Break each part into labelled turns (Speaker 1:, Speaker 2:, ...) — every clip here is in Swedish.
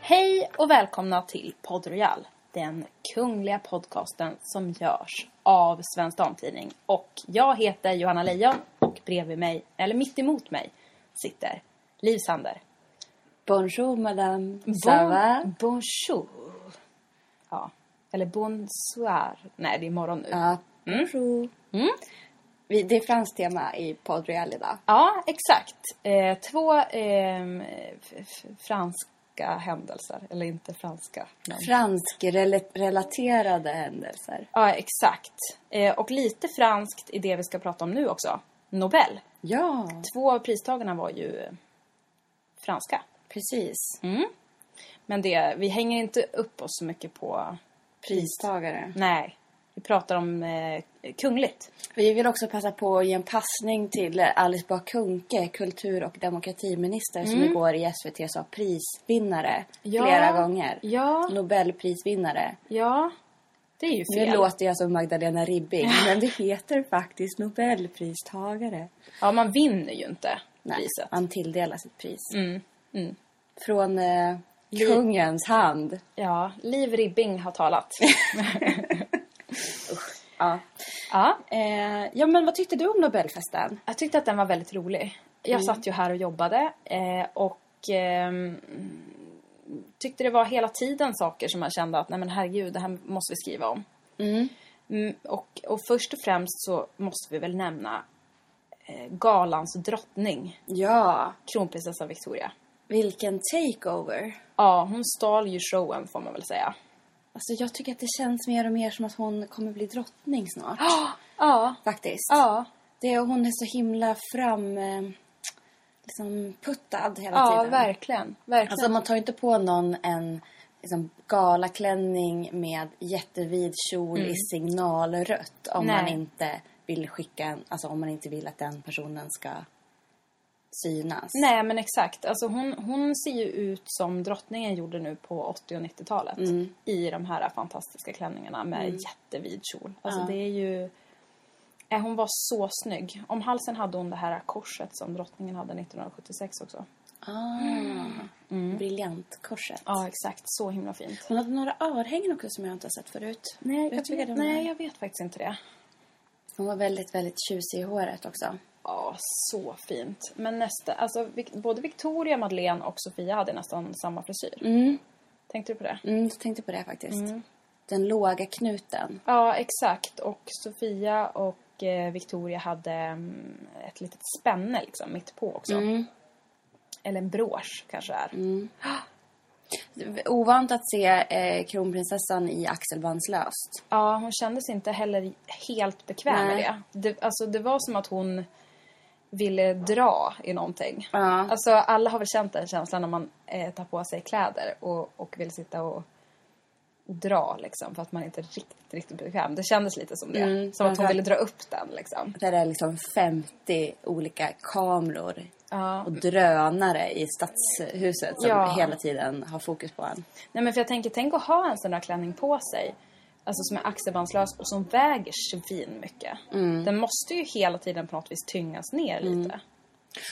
Speaker 1: Hej och välkomna till Podd Royal, den kungliga podcasten som görs av Svensk Damtidning. Och jag heter Johanna Lejon och bredvid mig, eller mitt emot mig, sitter Liv Sander.
Speaker 2: Bonjour madame. Ça va?
Speaker 1: Mm. Bonjour. Ja, eller bonsoir. Nej, det är imorgon nu.
Speaker 2: Ja. Ah, Bonjour.
Speaker 1: Mm.
Speaker 2: Vi, det är franskt tema i Pod Real idag.
Speaker 1: Ja, exakt. Eh, två ehm, f- f- franska händelser, eller inte franska. Men...
Speaker 2: Fransk-relaterade händelser.
Speaker 1: Ja, exakt. Eh, och lite franskt i det vi ska prata om nu också. Nobel.
Speaker 2: Ja,
Speaker 1: Två av pristagarna var ju eh, franska.
Speaker 2: precis.
Speaker 1: Men det, vi hänger inte upp oss så mycket på...
Speaker 2: Pristagare.
Speaker 1: Nej, vi pratar om eh, kungligt.
Speaker 2: Vi vill också passa på att ge en passning till Alice Bah Kuhnke, kultur och demokratiminister, som igår i SVT sa prisvinnare
Speaker 1: Mm. Ja.
Speaker 2: flera gånger.
Speaker 1: Ja.
Speaker 2: Nobelprisvinnare.
Speaker 1: Ja, det är ju
Speaker 2: Nu
Speaker 1: fel.
Speaker 2: låter jag som Magdalena Ribbing, men det heter faktiskt Nobelpristagare.
Speaker 1: Ja, man vinner ju inte
Speaker 2: Nej,
Speaker 1: priset.
Speaker 2: han tilldelas ett pris.
Speaker 1: Mm. Mm.
Speaker 2: Från eh, kungens hand.
Speaker 1: Ja, Liv Ribbing har talat.
Speaker 2: Ja.
Speaker 1: ja,
Speaker 2: Eh, ja, men vad tyckte du om Nobelfesten?
Speaker 1: jag tyckte att den var väldigt rolig. Jag satt ju här och jobbade eh, och ehm, tyckte det var hela tiden saker som man kände att nej men herregud, det här måste vi skriva om. Mm, och, och först och främst så måste vi väl nämna eh, galans drottning,
Speaker 2: Ja,
Speaker 1: kronprinsessan Victoria.
Speaker 2: vilken takeover.
Speaker 1: Ja, hon stal ju showen får man väl säga.
Speaker 2: Alltså, jag tycker att det känns mer och mer som att hon kommer bli drottning snart.
Speaker 1: Ja,
Speaker 2: Faktiskt.
Speaker 1: ja,
Speaker 2: Det, och hon är så himla fram... Eh, liksom puttad hela
Speaker 1: ja
Speaker 2: tiden.
Speaker 1: verkligen. verkligen.
Speaker 2: Alltså man tar ju inte på någon en liksom, galaklänning med jättevid kjol i signalrött om man
Speaker 1: Mm. Nej.
Speaker 2: inte vill skicka en, alltså om man inte vill att den personen ska synas.
Speaker 1: Nej, men exakt. Alltså hon, hon ser ju ut som drottningen gjorde nu på 80 och 90-talet.
Speaker 2: Mm.
Speaker 1: I de här fantastiska klänningarna med jättevid kjol. Alltså det är ju... Eh, Hon var så snygg. Om halsen hade hon det här korset som drottningen hade 1976 också.
Speaker 2: Ah.
Speaker 1: Mm.
Speaker 2: Briljantkorset.
Speaker 1: Ja, exakt. Så himla fint.
Speaker 2: Hon hade några örhängen också som jag inte har sett förut.
Speaker 1: Nej,
Speaker 2: jag
Speaker 1: jag
Speaker 2: tycker
Speaker 1: vet,
Speaker 2: de-
Speaker 1: nej, jag vet faktiskt inte det.
Speaker 2: Hon var väldigt, väldigt tjusig i håret också.
Speaker 1: Ja, så fint. Men nästa, alltså Vic- både Victoria, Madeleine och Sofia hade nästan samma frisyr. Tänkte du på det?
Speaker 2: Mm, jag tänkte på det faktiskt.
Speaker 1: Mm.
Speaker 2: Den låga knuten.
Speaker 1: Ja, exakt. Och Sofia och eh, Victoria hade mm, ett litet spänne liksom, mitt på också.
Speaker 2: Mm.
Speaker 1: Eller en brosch kanske det är.
Speaker 2: Ovant att se eh, kronprinsessan i axelbandslöst.
Speaker 1: Ja, hon kändes inte heller helt bekväm med
Speaker 2: Nej.
Speaker 1: det. det. Alltså, det var som att hon ville dra i någonting.
Speaker 2: Ja.
Speaker 1: Alltså, alla har väl känt den känslan när man eh, tar på sig kläder och, och vill sitta och dra liksom, för att man inte är riktigt, riktigt bekväm. Det kändes lite som det.
Speaker 2: Mm,
Speaker 1: som att hon
Speaker 2: framförallt-
Speaker 1: ville dra upp den liksom.
Speaker 2: Där det är liksom 50 olika kameror
Speaker 1: Ja.
Speaker 2: och drönare i stadshuset som
Speaker 1: Ja.
Speaker 2: hela tiden har fokus på en.
Speaker 1: Nej men för jag tänker, tänk att ha en sån där klänning på sig. Alltså som är axelbandslös och som väger svin mycket.
Speaker 2: Mm.
Speaker 1: Den måste ju hela tiden på något vis tyngas ner lite.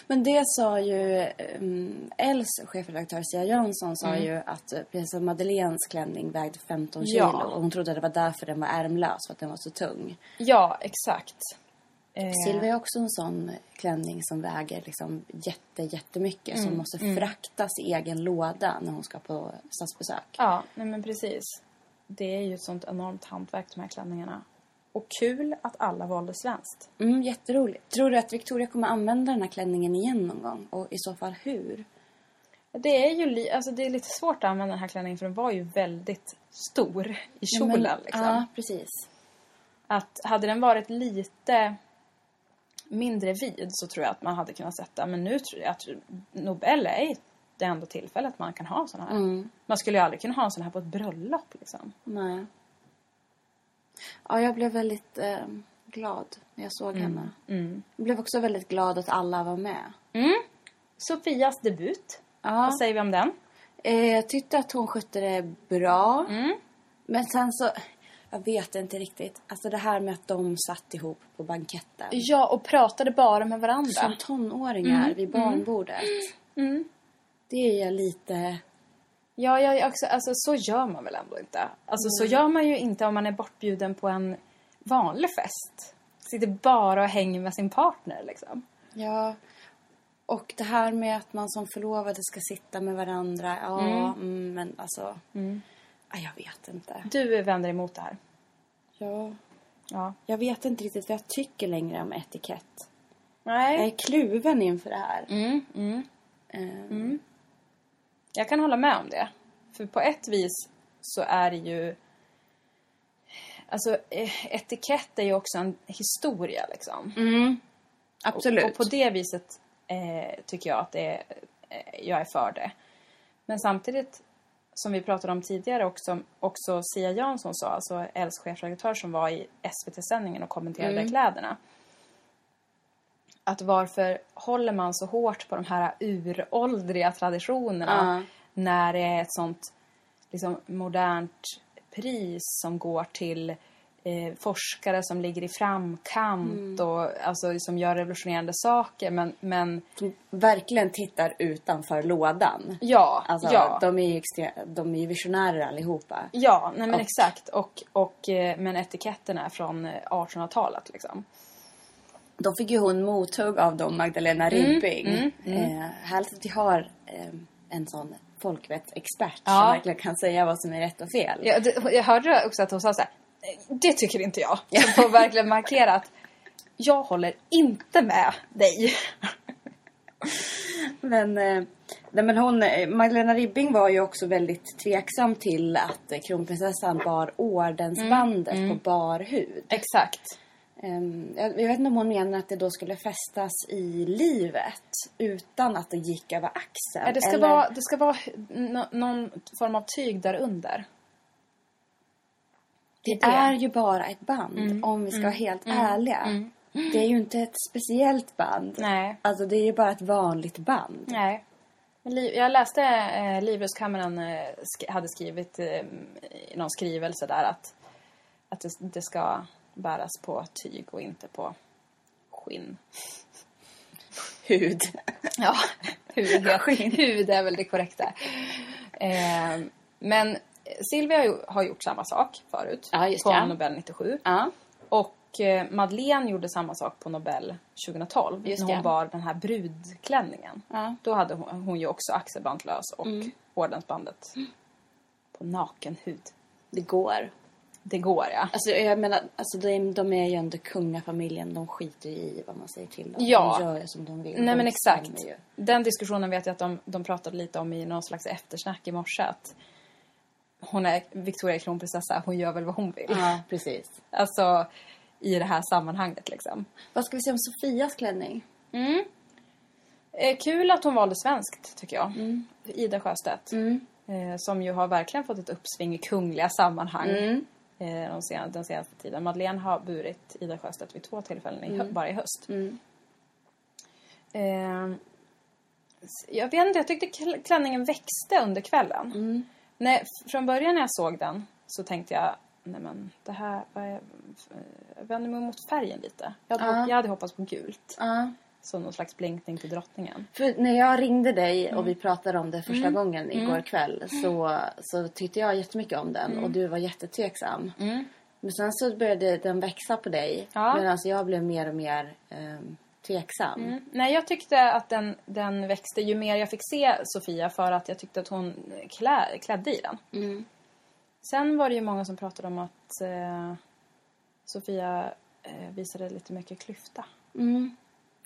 Speaker 2: Men det sa ju um, Els chefredaktör Sia Jönsson
Speaker 1: Mm.
Speaker 2: sa ju att eh, prinsessan Madeleines klänning vägde 15 kilo
Speaker 1: Ja.
Speaker 2: och hon trodde det var därför den var ärmlös för att den var så tung.
Speaker 1: Ja, exakt. Eh,
Speaker 2: Silvia är också en sån klänning som väger liksom jätte, jättemycket
Speaker 1: Mm,
Speaker 2: som måste fraktas i egen låda när hon ska på statsbesök.
Speaker 1: Ja, nej men precis. Det är ju ett sånt enormt hantverk de här klänningarna. Och kul att alla valde svenskt.
Speaker 2: Mm, jätteroligt. Tror du att Victoria kommer använda den här klänningen igen någon gång? Och i så fall hur?
Speaker 1: Det är ju li- alltså det är lite svårt att använda den här klänningen för den var ju väldigt stor i
Speaker 2: Ja, men-
Speaker 1: kjolen. liksom.
Speaker 2: Ja, precis.
Speaker 1: Att hade den varit lite mindre vid så tror jag att man hade kunnat sätta. Men nu tror jag att Nobel är det enda tillfället man kan ha en sån här.
Speaker 2: Mm.
Speaker 1: Man skulle ju aldrig kunna ha en sån här på ett bröllop. Liksom.
Speaker 2: Nej. Ja, jag blev väldigt eh, glad när jag såg henne.
Speaker 1: Mm.
Speaker 2: Jag blev också väldigt glad att alla var med.
Speaker 1: Sofias debut.
Speaker 2: Ja.
Speaker 1: Vad säger vi om den?
Speaker 2: Eh, jag tyckte att hon skötte det bra.
Speaker 1: Mm.
Speaker 2: Men sen så... Jag vet inte riktigt. Alltså det här med att de satt ihop på banketten.
Speaker 1: Ja, och pratade bara med varandra.
Speaker 2: Som tonåringar
Speaker 1: Mm.
Speaker 2: vid barnbordet. Det är jag lite...
Speaker 1: Ja, jag är också, alltså, så gör man väl ändå inte? Alltså, Så gör man ju inte om man är bortbjuden på en vanlig fest. Sitter bara och hänger med sin partner. Liksom.
Speaker 2: Ja. Och det här med att man som förlovade ska sitta med varandra. Ja, mm, men alltså...
Speaker 1: Mm.
Speaker 2: Ja, jag vet inte.
Speaker 1: Du vänder emot det här.
Speaker 2: Ja.
Speaker 1: Ja.
Speaker 2: Jag vet inte riktigt vad jag tycker längre om etikett. Jag
Speaker 1: Nej.
Speaker 2: är kluven inför det här.
Speaker 1: Mm, mm.
Speaker 2: Eh,
Speaker 1: Jag kan hålla med om det. För på ett vis så är det ju... Alltså eh, etikett är ju också en historia liksom.
Speaker 2: Absolut.
Speaker 1: Och på det viset eh, tycker jag att det är, eh, jag är för det. Men samtidigt, som vi pratade om tidigare och som också Sia Jansson sa, alltså Els chefredaktör som var i SVT-sändningen och kommenterade kläderna. Att varför håller man så hårt på de här uråldriga traditionerna
Speaker 2: Ja.
Speaker 1: när det är ett sånt liksom, modernt pris som går till eh, forskare som ligger i framkant och alltså, som gör revolutionerande saker. Men, men
Speaker 2: De verkligen tittar utanför lådan.
Speaker 1: ja,
Speaker 2: Alltså,
Speaker 1: ja.
Speaker 2: de, är ju extre- de är ju visionärer allihopa.
Speaker 1: Ja, nej men
Speaker 2: Och-
Speaker 1: exakt. Och, och, eh, men etiketten är från eh, 1800-talet. Liksom.
Speaker 2: De fick ju hon mothugg av dem, Magdalena Ribbing.
Speaker 1: mm,
Speaker 2: Eh, härligt att vi har eh, en sån folkvettsexpert som
Speaker 1: Ja.
Speaker 2: verkligen kan säga vad som är rätt och fel.
Speaker 1: Jag, det- jag hörde också att hon sa så här, "Eh, det tycker inte jag. Så får verkligen markera att jag håller inte med dig.
Speaker 2: Men, eh, nej, men hon, eh, Magdalena Ribbing var ju också väldigt tveksam till att eh, kronprinsessan bar ordensbandet
Speaker 1: Mm,
Speaker 2: på bar hud.
Speaker 1: Exakt.
Speaker 2: Ehm, Jag jag vet inte om hon menar att det då skulle fästas i livet utan att det gick över axeln.
Speaker 1: Ja, Det ska
Speaker 2: eller-
Speaker 1: vara, det ska vara nå- någon form av tyg där under.
Speaker 2: det är ju bara ett band
Speaker 1: Mm.
Speaker 2: om vi ska vara helt ärliga. Det är ju inte ett speciellt band.
Speaker 1: Nej.
Speaker 2: Alltså det är ju bara ett vanligt band.
Speaker 1: Nej. Men Liv, jag läste eh, Livrustkammaren eh, sk- hade skrivit eh, i någon skrivelse där att, att det, det ska bäras på tyg och inte på skinn.
Speaker 2: Hud.
Speaker 1: Ja, hud,
Speaker 2: Skinn.
Speaker 1: hud är väl det korrekta. Eh, men Silvia har ju- har gjort samma sak förut
Speaker 2: Ja, just
Speaker 1: på
Speaker 2: det.
Speaker 1: Nobel 97.
Speaker 2: ja.
Speaker 1: Och eh, Madeleine gjorde samma sak på Nobel 2012
Speaker 2: Just
Speaker 1: när hon
Speaker 2: det.
Speaker 1: bar den här brudklänningen.
Speaker 2: Ja. Mm.
Speaker 1: Då hade hon, hon ju också axelbandslös och ordensbandet på naken hud.
Speaker 2: Det går.
Speaker 1: Det går ja.
Speaker 2: Alltså jag menar, alltså de, de är ju ändå kungafamiljen. De skiter ju i vad man säger till dem.
Speaker 1: Ja.
Speaker 2: De gör ju som de vill.
Speaker 1: Nej
Speaker 2: de
Speaker 1: men exakt.
Speaker 2: bestämmer ju.
Speaker 1: Den diskussionen vet jag att de, de pratade lite om i någon slags eftersnack i morse. Att hon är Victoria är kronprinsessa, hon gör väl vad hon vill.
Speaker 2: Ja, precis.
Speaker 1: Alltså i det här sammanhanget liksom.
Speaker 2: Vad ska vi säga om Sofias klänning?
Speaker 1: Eh, kul att hon valde svenskt, tycker jag. Ida Sjöstedt. Eh, som ju har verkligen fått ett uppsving i kungliga sammanhang eh, de sen, den senaste tiden. Madeleine har burit Ida Sjöstedt vid två tillfällen i, hö- bara i höst. Eh, s- jag vet inte, jag tyckte kl- klänningen växte under kvällen. Nej, f- från början när jag såg den så tänkte jag Nej men det här, vad är, f- jag vänder mig mot färgen lite. Jag hade,
Speaker 2: Ja.
Speaker 1: jag hade hoppats på gult.
Speaker 2: Ja.
Speaker 1: Som någon slags blinkning till drottningen.
Speaker 2: För när jag ringde dig
Speaker 1: Mm.
Speaker 2: och vi pratade om det första gången igår kväll så, så tyckte jag jättemycket om den
Speaker 1: Mm.
Speaker 2: och du var jättetveksam. Men sen så började den växa på dig
Speaker 1: Ja.
Speaker 2: medan jag blev mer och mer ehm, tveksam.
Speaker 1: Mm. Nej, jag tyckte att den, den växte ju mer jag fick se Sofia för att jag tyckte att hon klä, klädde i den. Sen var det ju många som pratade om att eh, Sofia eh, visade lite mycket klyfta.
Speaker 2: Mm.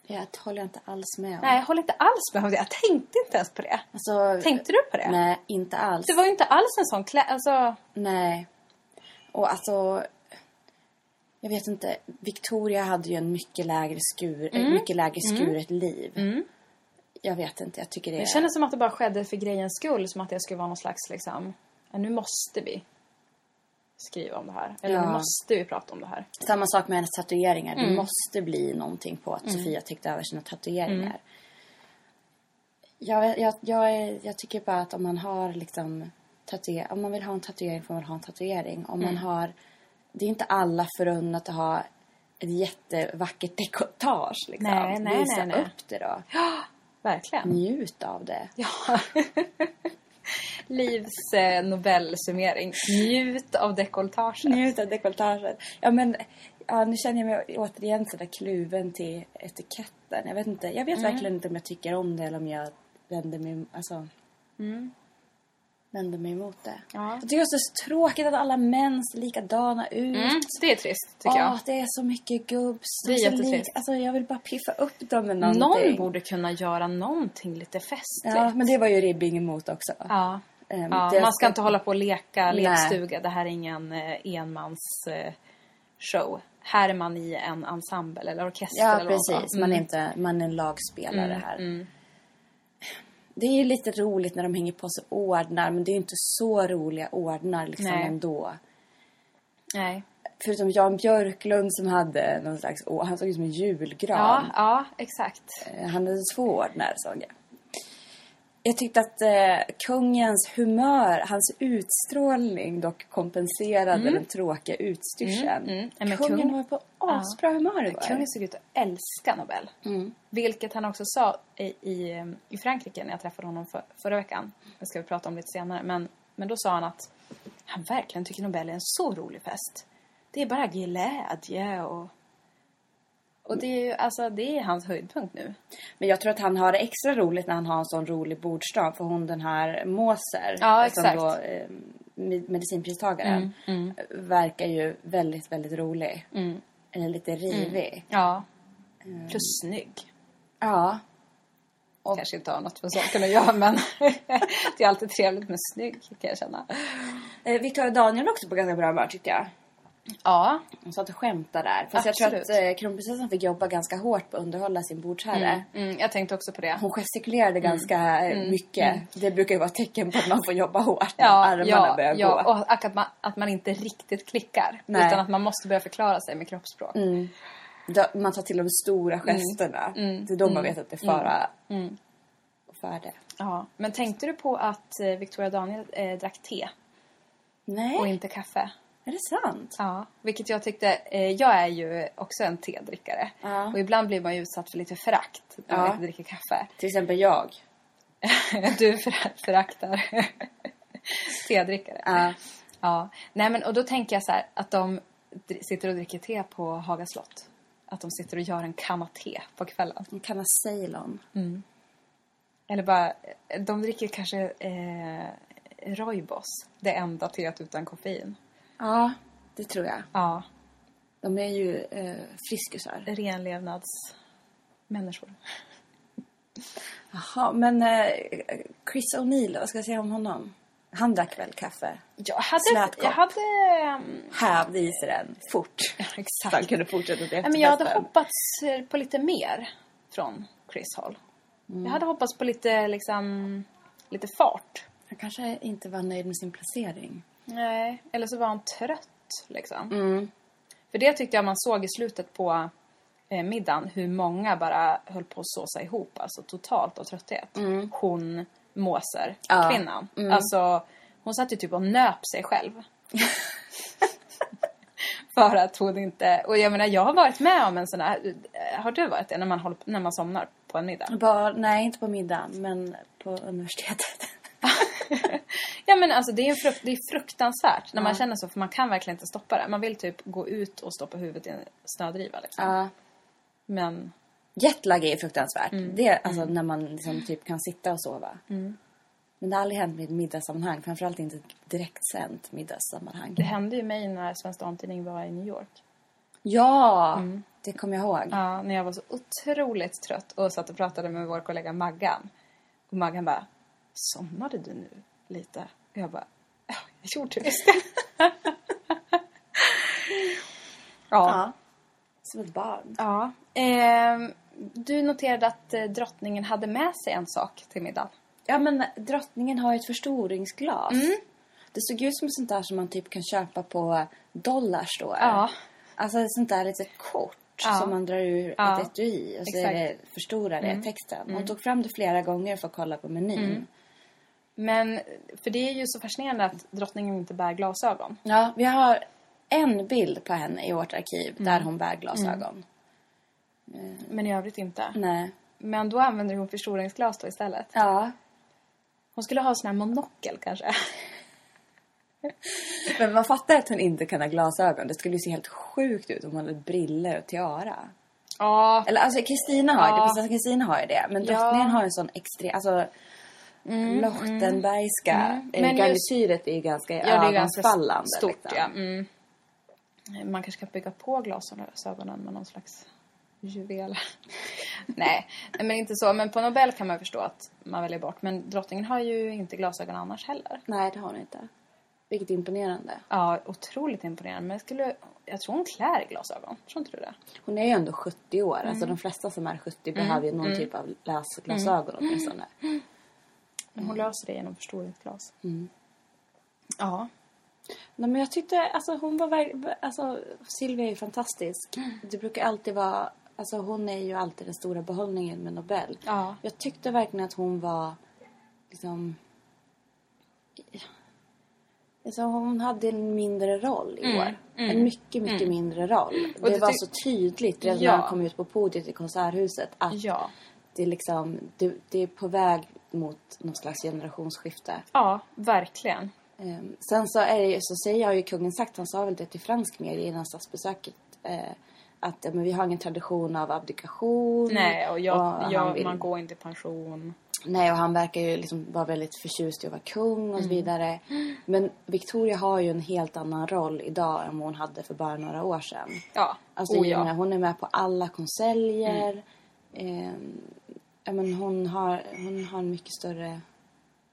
Speaker 2: Jag håller inte alls med om.
Speaker 1: Nej, jag håller inte alls med om det. Jag tänkte inte ens på det.
Speaker 2: Alltså,
Speaker 1: Tänkte du på det?
Speaker 2: Nej, inte alls.
Speaker 1: Det var ju inte alls en sån klä... Alltså,
Speaker 2: Nej. Och alltså... Jag vet inte. Victoria hade ju en mycket lägre skur, ett
Speaker 1: Mm.
Speaker 2: mycket lägre skuret liv. Jag vet inte. Jag tycker det är...
Speaker 1: det kändes som att det bara skedde för grejens skull. Som att det skulle vara någon slags liksom... Ja, nu måste vi skriva om det här. Eller nu
Speaker 2: Ja.
Speaker 1: måste vi prata om det här.
Speaker 2: Samma sak med hennes tatueringar.
Speaker 1: Mm.
Speaker 2: Det måste bli någonting på att Sofia tyckte över sina tatueringar.
Speaker 1: Mm.
Speaker 2: Jag, jag, jag, är- jag tycker bara att om man har liksom tatuer, om man vill ha en tatuering får man ha en tatuering. Om
Speaker 1: Mm.
Speaker 2: man har, det är inte alla förunnat att ha ett jättevackert dekolletage. Liksom.
Speaker 1: Nej, nej,
Speaker 2: Visa
Speaker 1: nej, nej.
Speaker 2: upp det då.
Speaker 1: Verkligen.
Speaker 2: Njut av det.
Speaker 1: Ja. Livs eh, Nobelsummering. Njut av dekolletaget.
Speaker 2: Njut av dekolletaget. Ja, men ja, nu känner jag mig återigen sådär kluven till etiketten. Jag vet, inte, jag vet
Speaker 1: Mm.
Speaker 2: verkligen inte om jag tycker om det eller om jag vänder mig, alltså, vänder mig emot det.
Speaker 1: Mm. Ja.
Speaker 2: Jag tycker det är så tråkigt att alla män ser likadana ut.
Speaker 1: Mm, det är trist, tycker
Speaker 2: Ja,
Speaker 1: jag.
Speaker 2: det är så mycket gubbs.
Speaker 1: Det är
Speaker 2: De ser
Speaker 1: jättetrist.
Speaker 2: lika- Alltså, jag vill bara piffa upp dem med
Speaker 1: Någon
Speaker 2: någonting.
Speaker 1: borde kunna göra någonting lite festligt.
Speaker 2: Ja, men det var ju Ribbing emot också.
Speaker 1: Ja.
Speaker 2: Ehm,
Speaker 1: ja.
Speaker 2: det-
Speaker 1: Man ska inte hålla på och leka
Speaker 2: Nej.
Speaker 1: lekstuga. Det här är ingen eh, enmans eh, show. Här är man i en ensemble eller orkester.
Speaker 2: Ja,
Speaker 1: eller vad Mm. sa.
Speaker 2: precis. Man är, inte, man är en lagspelare
Speaker 1: Mm,
Speaker 2: här. Det är ju lite roligt när de hänger på sig ordnar, men det är ju inte så roliga ordnar liksom
Speaker 1: Nej.
Speaker 2: ändå.
Speaker 1: Nej.
Speaker 2: Förutom Jan Björklund som hade någon slags å- han såg ut som en
Speaker 1: Ja,
Speaker 2: julgran.
Speaker 1: ja, exakt.
Speaker 2: Eh, Han hade två ordnar såg jag. Jag tyckte att eh, kungens humör, hans utstrålning dock kompenserade den tråkiga utstyrseln.
Speaker 1: mm. Nej, men
Speaker 2: Kungen
Speaker 1: kung-
Speaker 2: var på asbra humör igår.
Speaker 1: Kungen såg ut att älska Nobel. Vilket han också sa i, i, i Frankrike när jag träffade honom för, förra veckan. Det ska vi prata om lite senare. Men, men då sa han att han verkligen tycker Nobel är en så rolig fest. Det är bara glädje och... Och det är ju, alltså det är hans höjdpunkt nu.
Speaker 2: Men jag tror att han har det extra roligt när han har en sån rolig bordsdag för hon den här Moser
Speaker 1: Ja,
Speaker 2: som
Speaker 1: exakt.
Speaker 2: då eh, med- medicinpristagaren verkar ju väldigt, väldigt rolig. Eller lite rivig.
Speaker 1: Ja. Plus snygg.
Speaker 2: Ja.
Speaker 1: Kanske inte har något med saken att göra men det är alltid trevligt med snygg kan jag känna.
Speaker 2: Eh, Victoria Daniel var också på ganska bra humör tyckte jag.
Speaker 1: Ja.
Speaker 2: Hon satt och skämtade där. Fast jag
Speaker 1: Absolut.
Speaker 2: tror att eh, kronprinsessan fick jobba ganska hårt på att underhålla sin bordsherre.
Speaker 1: Mm, jag tänkte också på det.
Speaker 2: Hon gestikulerade ganska eh, mycket. Det brukar ju vara ett tecken på att man får jobba hårt när armarna börjar
Speaker 1: ja,
Speaker 2: gå.
Speaker 1: Och att man, att man inte riktigt klickar.
Speaker 2: Nej. Mm.
Speaker 1: Utan att man måste börja förklara sig med kroppsspråk.
Speaker 2: Då- Man tar till de stora gesterna. Det är då man vet att det är fara och färde.
Speaker 1: Ja. Men tänkte du på att eh, Victoria Daniel eh, drack te
Speaker 2: Nej,
Speaker 1: och inte kaffe?
Speaker 2: är det sant?
Speaker 1: Ja, vilket jag tyckte, eh, jag är ju också en tedrickare.
Speaker 2: Ja.
Speaker 1: Och ibland blir man ju utsatt för lite förakt när
Speaker 2: Ja.
Speaker 1: man inte dricker kaffe.
Speaker 2: Till exempel jag.
Speaker 1: du för, föraktar tedrickare.
Speaker 2: Ja.
Speaker 1: Ja. Nej, men, och då tänker jag så här att de dr- sitter och dricker te på Haga slott. Att de sitter och gör en kanna te på kvällen.
Speaker 2: En kanna Ceylon.
Speaker 1: Eller bara, de dricker kanske eh, Roibos, det enda teet utan koffein.
Speaker 2: Ja, det tror jag.
Speaker 1: Ja,
Speaker 2: De är ju eh, friskusar.
Speaker 1: renlevnadsmänniskor.
Speaker 2: Jaha, men eh, Chris O'Neill, vad ska jag säga om honom? Han drack väl kaffe?
Speaker 1: Jag hade...
Speaker 2: Slätkopp.
Speaker 1: Jag hade ehm,
Speaker 2: Hävde i sig den fort.
Speaker 1: ja,
Speaker 2: Så han
Speaker 1: exakt.
Speaker 2: kunde fortsätta till
Speaker 1: Nej, men jag hade
Speaker 2: efterfesten.
Speaker 1: hoppats eh, på lite mer från Chris Hall. Jag hade hoppats på lite, liksom, lite fart.
Speaker 2: Han kanske inte var nöjd med sin placering.
Speaker 1: Nej, eller så var han trött liksom.
Speaker 2: Mm.
Speaker 1: För det tyckte jag man såg i slutet på eh, middagen hur många bara höll på att såsa ihop, alltså totalt av trötthet. Hon, Måser,
Speaker 2: Mm. Ja. Mm.
Speaker 1: kvinnan. Alltså, hon satt ju typ och nöp sig själv. För att hon inte... Och jag menar, jag har varit med om en sån här... Har du varit det? När man, håller, när man somnar på en middag?
Speaker 2: Bara, nej, inte på middagen, men på universitetet.
Speaker 1: ja men alltså det är, frukt, det är fruktansvärt när man känner så för man kan verkligen inte stoppa det. Man vill typ gå ut och stoppa huvudet i en snödriva liksom.
Speaker 2: Ja.
Speaker 1: Men
Speaker 2: Jetlag är ju fruktansvärt.
Speaker 1: Mm.
Speaker 2: Det är alltså när man liksom typ kan sitta och sova. Men det har aldrig hänt med ett middagssammanhang. Framförallt inte ett direktsänt middagssammanhang.
Speaker 1: det hände ju mig när Svensk Damtidning var i New York.
Speaker 2: Ja, det kommer jag ihåg.
Speaker 1: Mm. Ja, när jag var så otroligt trött och satt och pratade med vår kollega Maggan. Och Maggan bara, somnade du nu lite? Och jag bara, ja, jag gjorde visst det. ja.
Speaker 2: Ja. Som ett barn.
Speaker 1: ja. Ehm, du noterade att eh, drottningen hade med sig en sak till middagen.
Speaker 2: Ja, men drottningen har ju ett förstoringsglas. Mm. Det såg ut som sånt där som man typ kan köpa på dollarstore.
Speaker 1: Ja.
Speaker 2: Alltså ett sånt där litet kort
Speaker 1: Ja.
Speaker 2: som man drar ur
Speaker 1: Ja.
Speaker 2: ett etui och så är
Speaker 1: Exakt. Mm.
Speaker 2: det, förstorar det texten. Hon tog fram det flera gånger för att kolla på menyn.
Speaker 1: Men, för det är ju så fascinerande att drottningen inte bär glasögon.
Speaker 2: Ja, vi har en bild på henne i vårt arkiv där hon bär glasögon.
Speaker 1: Men i övrigt inte.
Speaker 2: Nej.
Speaker 1: Men då använder hon förstoringsglas då istället.
Speaker 2: Ja.
Speaker 1: Hon skulle ha sån här monokel kanske.
Speaker 2: Men man fattar att hon inte kan ha glasögon. Det skulle ju se helt sjukt ut om hon hade briller och tiara.
Speaker 1: Ja,
Speaker 2: Eller alltså Kristina har ju
Speaker 1: Ja.
Speaker 2: det, prinsessan Kristina har ju det. Men
Speaker 1: Ja.
Speaker 2: drottningen har en sån extrem, alltså Mm, Lochtenbergska.
Speaker 1: mm.
Speaker 2: eh,
Speaker 1: Men just-
Speaker 2: Garnityret är ju ganska
Speaker 1: Ja, det är ganska
Speaker 2: ögonfallande.
Speaker 1: stort.
Speaker 2: liksom.
Speaker 1: Ja. Mm. Man kanske kan bygga på glasögonen med någon slags juvel. Nej, nej, men inte så. Men på Nobel kan man förstå att man väljer bort. Men drottningen har ju inte glasögon annars heller.
Speaker 2: Nej, det har hon inte. Vilket är imponerande.
Speaker 1: Ja, otroligt imponerande. Men jag, skulle, jag tror hon klär glasögon. Tror inte du det?
Speaker 2: Hon är ju ändå 70 år. Alltså de flesta som är 70 behöver ju någon typ av läsglasögon åtminstone.
Speaker 1: Men
Speaker 2: Mm.
Speaker 1: hon löser det genom förstoringsglas. Ja.
Speaker 2: Nej, men jag tyckte, alltså hon var verkligen, alltså Silvia är ju fantastisk. Det brukar alltid vara, alltså hon är ju alltid den stora behållningen med Nobel.
Speaker 1: Ja.
Speaker 2: Jag tyckte verkligen att hon var, liksom, alltså hon hade en mindre roll i år. En mycket, mycket mindre roll.
Speaker 1: Mm, Och
Speaker 2: det,
Speaker 1: det
Speaker 2: var
Speaker 1: ty-
Speaker 2: så tydligt redan
Speaker 1: Ja.
Speaker 2: när hon kom ut på podiet i Konserthuset att
Speaker 1: Ja.
Speaker 2: det, liksom, det, det är på väg mot något slags generationsskifte.
Speaker 1: Ja, verkligen.
Speaker 2: Ehm, sen så, är det, ju- så säger jag ju kungen sagt, han sa väl det till fransk media innan statsbesöket, eh, att eh, men vi har ingen tradition av abdikation.
Speaker 1: Nej, och, jag,
Speaker 2: Mm. han
Speaker 1: jag,
Speaker 2: vill-
Speaker 1: man går inte i pension.
Speaker 2: Nej, och han verkar ju liksom vara väldigt förtjust i att vara kung
Speaker 1: Mm.
Speaker 2: och så vidare. Men Victoria har ju en helt annan roll idag än vad hon hade för bara några år sedan.
Speaker 1: Ja,
Speaker 2: Alltså,
Speaker 1: oh,
Speaker 2: i och med,
Speaker 1: ja. Mm.
Speaker 2: hon är med på alla konseljer. Ehm, ja, men hon, har, hon har en mycket större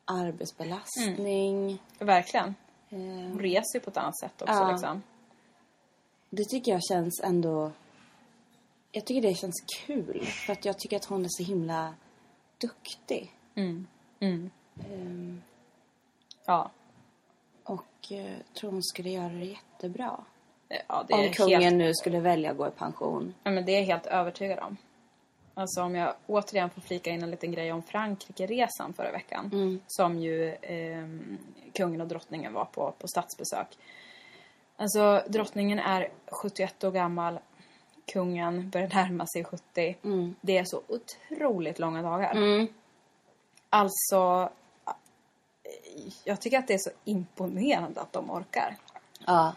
Speaker 2: arbetsbelastning.
Speaker 1: Mm. Verkligen.
Speaker 2: Ehm,
Speaker 1: Hon reser ju på ett annat sätt också
Speaker 2: Ja.
Speaker 1: liksom.
Speaker 2: Det tycker jag känns ändå... Jag tycker det känns kul för att jag tycker att hon är så himla duktig. Ehm,
Speaker 1: Mm. Ja.
Speaker 2: och eh, tror hon skulle göra det jättebra.
Speaker 1: Ja, det
Speaker 2: Om
Speaker 1: är
Speaker 2: kungen
Speaker 1: helt,
Speaker 2: nu skulle välja att gå i pension.
Speaker 1: ja, men det är jag helt övertygad om. Alltså om jag återigen får flika in en liten grej om Frankrike-resan förra veckan. Som ju ehm, kungen och drottningen var på, på statsbesök. Alltså drottningen är 71 år gammal. Kungen börjar närma sig 70. Det är så otroligt långa dagar.
Speaker 2: Mm.
Speaker 1: Alltså, jag tycker att det är så imponerande att de orkar.
Speaker 2: Ja.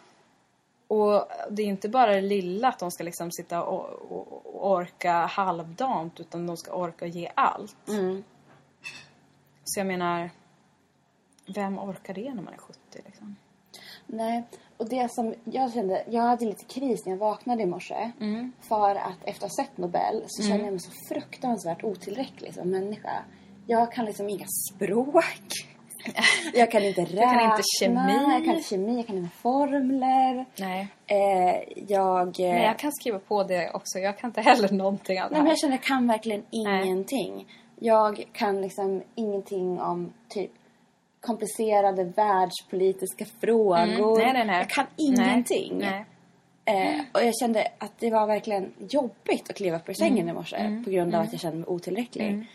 Speaker 1: Och det är inte bara det lilla att de ska liksom sitta och, och, och orka halvdant utan de ska orka ge allt.
Speaker 2: Mm.
Speaker 1: Så jag menar, vem orkar det när man är 70 liksom?
Speaker 2: Nej, och det som jag kände, jag hade lite kris när jag vaknade i morse.
Speaker 1: Mm.
Speaker 2: För att efter att ha sett Nobel så känner jag mig så fruktansvärt otillräcklig som människa. Jag kan liksom inga språk. Jag kan inte räkna.
Speaker 1: kan inte kemi.
Speaker 2: Jag kan inte kemi, jag kan inga formler.
Speaker 1: Nej.
Speaker 2: Eh, jag... eh,
Speaker 1: Nej, jag kan skriva på det också. Jag kan inte heller någonting av det
Speaker 2: Nej, men
Speaker 1: här.
Speaker 2: jag känner jag kan verkligen
Speaker 1: Nej.
Speaker 2: ingenting. Jag kan liksom ingenting om typ komplicerade världspolitiska frågor.
Speaker 1: Mm, Nej, nej, nej.
Speaker 2: Jag kan
Speaker 1: Nej.
Speaker 2: ingenting.
Speaker 1: Nej.
Speaker 2: Eh, och jag kände att det var verkligen jobbigt att kliva upp ur sängen
Speaker 1: Mm.
Speaker 2: i morse på grund av att jag kände mig otillräcklig.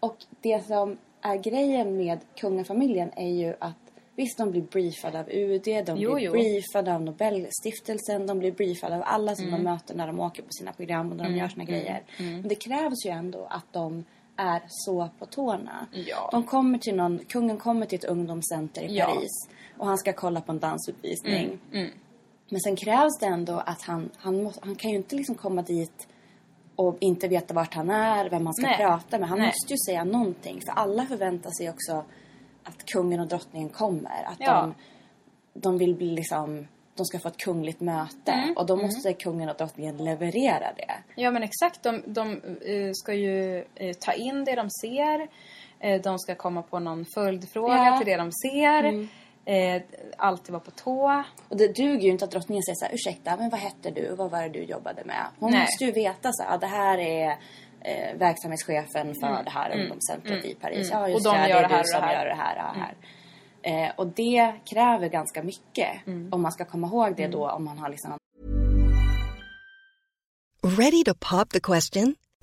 Speaker 2: Och det som är grejen med kungafamiljen är ju att visst, de blir briefade av UD, de
Speaker 1: Jo,
Speaker 2: blir
Speaker 1: jo.
Speaker 2: briefade av Nobelstiftelsen, de blir briefade av alla
Speaker 1: Mm.
Speaker 2: som de möter när de åker på sina program och när de gör sina grejer. Men det krävs ju ändå att de är så på tårna.
Speaker 1: Ja.
Speaker 2: De kommer till någon, kungen kommer till ett ungdomscenter i
Speaker 1: Ja. Mm.
Speaker 2: Paris och han ska kolla på en dansuppvisning. Men sen krävs det ändå att han, han, måste, han kan ju inte liksom komma dit och inte veta vart han är, vem han ska
Speaker 1: Nej.
Speaker 2: prata med. Han
Speaker 1: Nej.
Speaker 2: måste ju säga någonting. För alla förväntar sig också att kungen och drottningen kommer. Att
Speaker 1: Ja.
Speaker 2: de, de vill bli liksom de ska få ett kungligt möte
Speaker 1: Mm.
Speaker 2: och då måste kungen och drottningen leverera det.
Speaker 1: Ja men exakt, de, de eh, ska ju eh, ta in det de ser. Eh, de ska komma på någon följdfråga
Speaker 2: Ja. Mm.
Speaker 1: till det de ser. Eh, alltid vara på tå.
Speaker 2: Och det duger ju inte att drottningen säger så här, ursäkta, men vad hette du och vad var det du jobbade med? Hon
Speaker 1: Nej.
Speaker 2: måste ju veta så här, "Ah, det här är eh, verksamhetschefen för
Speaker 1: Mm.
Speaker 2: det här ungdomscentret i Paris. Ja, just
Speaker 1: Och de
Speaker 2: det,
Speaker 1: gör
Speaker 2: det
Speaker 1: det här
Speaker 2: är du
Speaker 1: och
Speaker 2: som
Speaker 1: det här." Mm.
Speaker 2: gör det här. Och, här. Eh, och det kräver ganska mycket
Speaker 1: Mm.
Speaker 2: om man ska komma ihåg det då om man har liksom
Speaker 3: Ready to pop the question?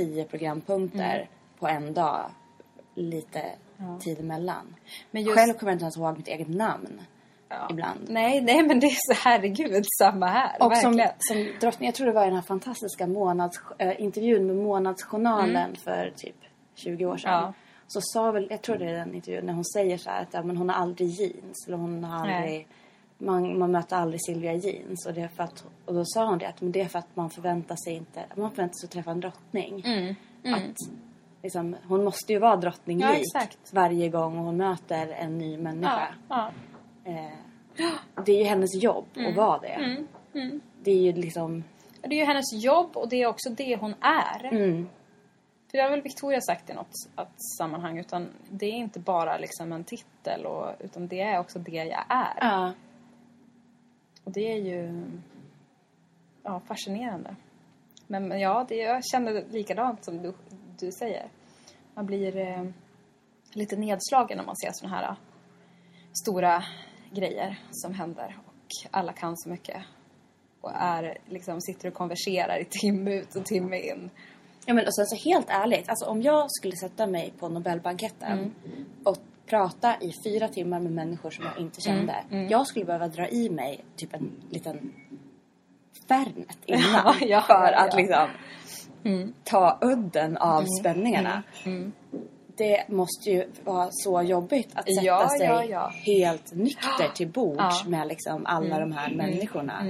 Speaker 2: 10 programpunkter
Speaker 1: Mm.
Speaker 2: på en dag. Lite tid emellan.
Speaker 1: Men just-
Speaker 2: Själv kommer jag inte ens ihåg mitt eget namn ibland.
Speaker 1: Nej, nej men det är så herregud samma här.
Speaker 2: Och som,
Speaker 1: verkligen.
Speaker 2: som drottning, jag tror det var i den här fantastiska månads, eh, intervjun med Månadsjournalen för typ 20 år sedan.
Speaker 1: Mm. Ja.
Speaker 2: Så sa väl, jag tror det är den intervjun, när hon säger så här att ja, men hon har aldrig jeans. Eller hon har
Speaker 1: Nej.
Speaker 2: aldrig, man, man möter aldrig Silvia i jeans. Och, det är för att, och då sa hon det att men det är för att man förväntar sig inte, man förväntar sig att träffa en drottning. Att, liksom, hon måste ju vara drottning
Speaker 1: Mm. Ja,
Speaker 2: lik
Speaker 1: exakt.
Speaker 2: varje gång hon möter en ny människa.
Speaker 1: ja, ja.
Speaker 2: Eh, Det är ju hennes jobb att vara det. Det är ju liksom
Speaker 1: Det är ju hennes jobb och det är också det hon är. För det har väl Victoria sagt i något att sammanhang. Utan det är inte bara liksom en titel. Och, utan det är också det jag är.
Speaker 2: Ja.
Speaker 1: Och det är ju ja, fascinerande. Men men ja, det, jag känner likadant som du, du säger. Man blir eh, lite nedslagen när man ser såna här eh, stora grejer som händer. Och alla kan så mycket. Och är, liksom, sitter och konverserar i timme ut och timme in.
Speaker 2: ja men och sen så helt ärligt, alltså om jag skulle sätta mig på Nobelbanketten
Speaker 1: Mm.
Speaker 2: och prata i fyra timmar med människor som jag inte
Speaker 1: Mm,
Speaker 2: kände. Jag skulle behöva dra i mig typ en liten Fernet innan
Speaker 1: Ja, ja,
Speaker 2: för
Speaker 1: ja, Mm.
Speaker 2: att
Speaker 1: ja.
Speaker 2: liksom ta udden av spänningarna.
Speaker 1: Mm.
Speaker 2: Det måste ju vara så jobbigt att sätta
Speaker 1: Ja,
Speaker 2: sig
Speaker 1: ja, ja.
Speaker 2: helt nykter till bords
Speaker 1: Ja. Mm.
Speaker 2: med liksom alla de här människorna.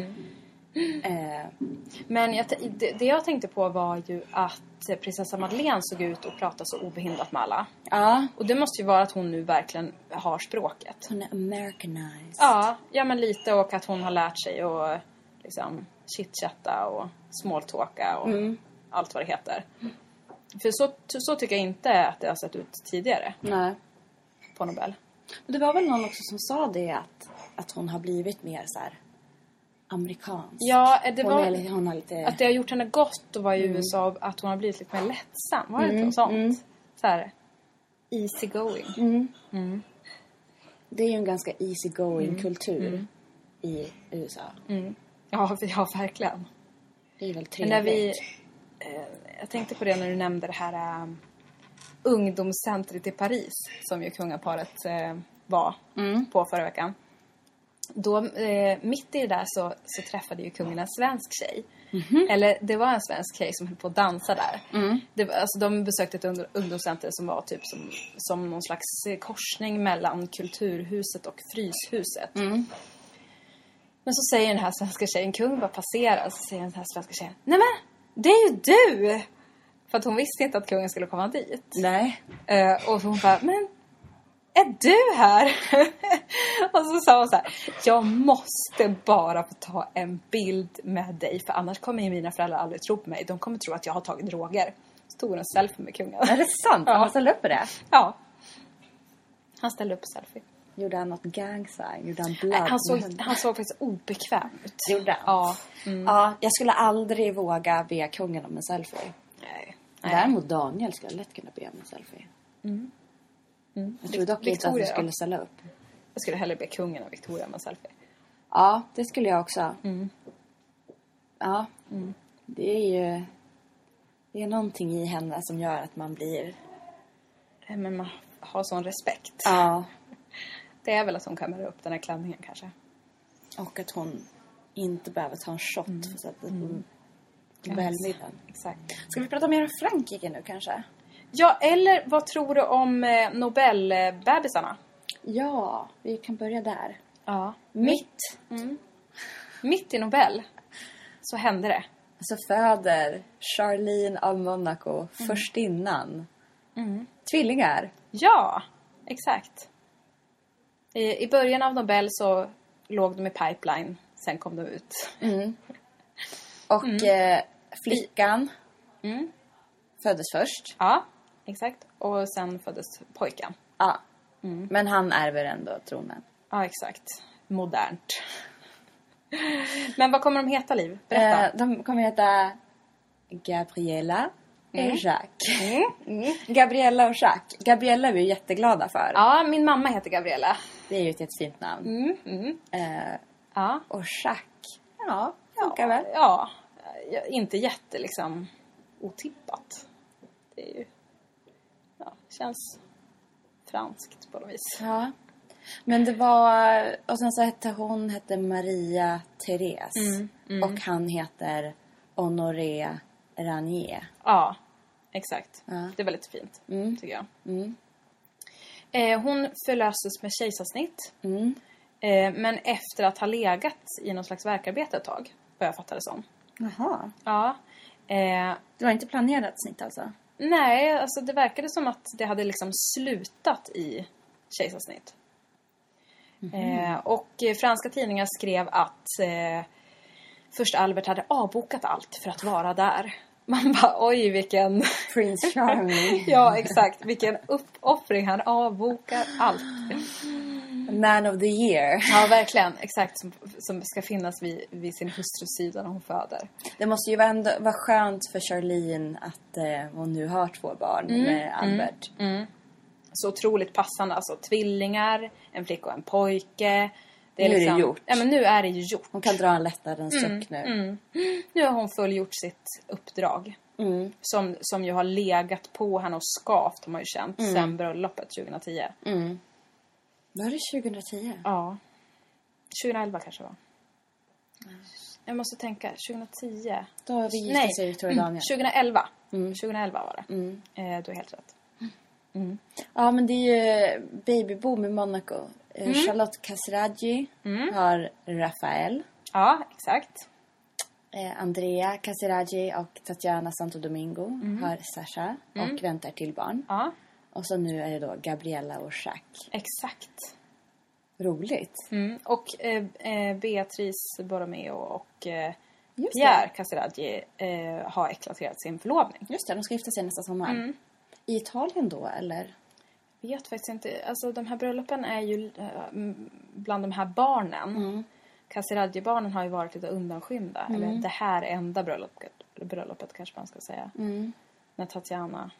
Speaker 2: Eh,
Speaker 1: Men jag, t- det, det jag tänkte på var ju att eh, prinsessa Madeleine såg ut att prata så obehindrat med alla.
Speaker 2: ja,
Speaker 1: Och det måste ju vara att hon nu verkligen har språket.
Speaker 2: hon är americanized.
Speaker 1: Ja, ja men lite och att hon har lärt sig att liksom chitchatta och smalltalka och allt vad det heter. För så, så tycker jag inte att det har sett ut tidigare
Speaker 2: Nej.
Speaker 1: på Nobel.
Speaker 2: Men det var väl någon också som sa det att, att hon har blivit mer så här amerikansk.
Speaker 1: Ja, eh, det
Speaker 2: hon,
Speaker 1: var...
Speaker 2: är, lite- hon har lite...
Speaker 1: Att det har gjort henne gott att vara i USA och att hon har blivit lite mer lättsam. Var det inte något sånt? Så här, Mm. easy going.
Speaker 2: Det är ju en ganska easy going
Speaker 1: Mm.
Speaker 2: kultur i USA.
Speaker 1: Ja, för- ja, verkligen.
Speaker 2: Det är väl
Speaker 1: Mm. Men
Speaker 2: trevligt.
Speaker 1: när vi, eh, jag tänkte på det när du nämnde det här eh, ungdomscentret i Paris som ju kungaparet eh, var på förra veckan. Då, eh, mitt i det där så, så träffade ju kungen en svensk tjej. Eller det var en svensk tjej som höll på att dansa där. Det var, alltså, de besökte ett ungdom- ungdomscenter som var typ som, som någon slags eh, korsning mellan Kulturhuset och Fryshuset. Men så säger den här svenska tjejen, kung bara passerar, så säger den här svenska tjejen, nej men det är ju du! För att hon visste inte att kungen skulle komma dit.
Speaker 2: Nej.
Speaker 1: Eh, och hon bara, men är du här? och så sa hon så här, jag måste bara få ta en bild med dig för annars kommer ju mina föräldrar aldrig tro på mig. De kommer tro att jag har tagit droger. Så tog hon en selfie med kungen.
Speaker 2: Är det sant?
Speaker 1: Ja.
Speaker 2: Han ställde upp på det?
Speaker 1: ja. Han ställde upp selfie.
Speaker 2: Gjorde han något gang sign? Gjorde han Mm. blood?
Speaker 1: Nej, Eh, Han såg,
Speaker 2: med hunden?
Speaker 1: han såg faktiskt obekväm ut.
Speaker 2: Gjorde han?
Speaker 1: Ja. Mm.
Speaker 2: ja. Jag skulle aldrig våga be kungen om en selfie.
Speaker 1: Nej. Mm.
Speaker 2: Däremot Daniel skulle jag lätt kunna be om en selfie. Jag tror dock inte att
Speaker 1: Victoria,
Speaker 2: du
Speaker 1: ja.
Speaker 2: skulle ställa upp.
Speaker 1: Jag skulle hellre be kungen och Victoria om en selfie.
Speaker 2: Ja, det skulle jag också. Ja. Det är ju... Det är någonting i henne som gör att man blir...
Speaker 1: Nej, Eh, Men man har sån respekt.
Speaker 2: Ja.
Speaker 1: Det är väl att hon kan bära upp den här klänningen kanske.
Speaker 2: Och att hon inte behöver ta en shot för så att det mm. välmiddagen.
Speaker 1: Exakt.
Speaker 2: Ska vi prata mer om Frankrike nu kanske?
Speaker 1: Ja, eller vad tror du om eh, Nobelbebisarna?
Speaker 2: Ja, vi kan börja där.
Speaker 1: Ja.
Speaker 2: Mitt
Speaker 1: Mitt i Nobel så hände det.
Speaker 2: alltså föder Charlene av Monaco förstinnan. Mm. Tvillingar.
Speaker 1: Ja, exakt. I, I början av Nobel så låg de i pipeline, sen kom de ut.
Speaker 2: Och eh, flickan Mm. föddes först.
Speaker 1: Ja, exakt. Och sen föddes pojken.
Speaker 2: Ja. Men han ärver ändå tronen.
Speaker 1: Ja, exakt. Modernt. Men vad kommer de heta, Liv? Berätta.
Speaker 2: Eh, de kommer heta Gabriella och Jacques. Mm. Gabriella och Jacques. Gabriella är vi ju jätteglada för.
Speaker 1: Ja, min mamma heter Gabriella.
Speaker 2: Det är ju ett jättefint namn. Eh,
Speaker 1: Ja.
Speaker 2: och Jacques. Ja, funkar väl.
Speaker 1: Ja, ja, inte jätte liksom otippat. Det är ju... Ja, känns franskt på något vis.
Speaker 2: Ja. Men det var... Och sen så hette hon hette Maria Therese. Och han heter Honoré Ranier.
Speaker 1: Ja, exakt.
Speaker 2: Ja. Mm.
Speaker 1: Det är väldigt fint, tycker jag. Eh, hon förlöses med kejsarsnitt.
Speaker 2: Mm.
Speaker 1: Eh, men efter att ha legat i någon slags värkarbete ett tag, vad jag fattade som.
Speaker 2: Jaha.
Speaker 1: Ja. Eh,
Speaker 2: Det var inte planerat snitt alltså?
Speaker 1: nej, alltså det verkade som att det hade liksom slutat i kejsarsnitt. Eh, och eh, franska tidningar skrev att eh, först Albert hade avbokat allt för att vara där. Man bara, oj vilken...
Speaker 2: Prince Charming.
Speaker 1: Ja, exakt. Vilken uppoffring. Han avbokar allt.
Speaker 2: Man of the year.
Speaker 1: Ja, verkligen. Exakt. Som, som ska finnas vid, vid sin hustrus sida när hon föder.
Speaker 2: Det måste ju vara, ändå, vara skönt för Charlene att eh, hon nu har två barn
Speaker 1: Mm,
Speaker 2: med Albert.
Speaker 1: Så otroligt passande. Alltså tvillingar, en flicka och en pojke. liksom-
Speaker 2: Nu är det gjort.
Speaker 1: Ja, men nu är det ju gjort.
Speaker 2: Hon kan dra en lättnadens
Speaker 1: Mm,
Speaker 2: suck nu.
Speaker 1: Nu har hon fullgjort sitt uppdrag.
Speaker 2: Mm.
Speaker 1: Som, som ju har legat på henne och skavt har man ju känt
Speaker 2: Mm.
Speaker 1: sen bröllopet 2010.
Speaker 2: Var det 2010?
Speaker 1: Ja. 2011 kanske det var. Jag måste tänka. 2010.
Speaker 2: Då har vi gift
Speaker 1: Nej, Mm,
Speaker 2: sig Victoria Daniel. Mm.
Speaker 1: 2011. 2011 var det. Eh, du har helt rätt.
Speaker 2: Ja, men det är ju babyboom i Monaco. Eh,
Speaker 1: Mm.
Speaker 2: Charlotte Casiraghi har Rafael.
Speaker 1: Ja, exakt.
Speaker 2: Eh, Andrea Casiraghi och Tatiana Santo Domingo har Sasha och väntar till barn.
Speaker 1: Mm. Ja,
Speaker 2: Och så nu är det då Gabriella och Jacques.
Speaker 1: exakt.
Speaker 2: Roligt.
Speaker 1: Mm. Och eh, eh, Beatrice Borromeo och eh,
Speaker 2: Just det.
Speaker 1: Pierre Casiraghi eh, har eklaterat sin förlovning.
Speaker 2: Just det, de ska gifta sig nästa sommar.
Speaker 1: Mm.
Speaker 2: I Italien då, eller?
Speaker 1: Jag vet faktiskt inte. Alltså de här bröllopen är ju eh, m- bland de här barnen. Casiraghi-barnen har ju varit lite undanskymda. Eller det här enda bröllopet, bröllopet kanske man ska säga. När Tatiana,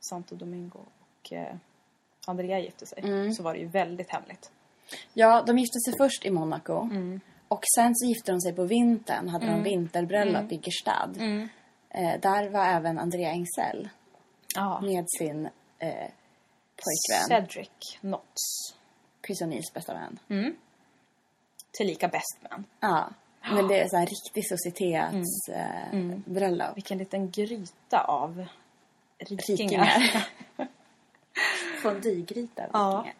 Speaker 1: Santo Domingo och eh, Andrea gifte sig. Så var det ju väldigt hemligt.
Speaker 2: Ja, de gifte sig först i Monaco. Och sen så gifte de sig på vintern. Hade de vinterbröllop i Gestad. Eh, där var även Andrea Engsell
Speaker 1: Ja.
Speaker 2: med sin eh, pojkvän.
Speaker 1: Cedric Knotts.
Speaker 2: Chris O'Neills bästa vän.
Speaker 1: Tillika best man.
Speaker 2: Ja. Men det är så här riktig societets eh, bröllop.
Speaker 1: Vilken liten gryta av
Speaker 2: Rikingar.
Speaker 1: rikingar.
Speaker 2: Fondygryta.
Speaker 1: Ja.
Speaker 2: vikingar.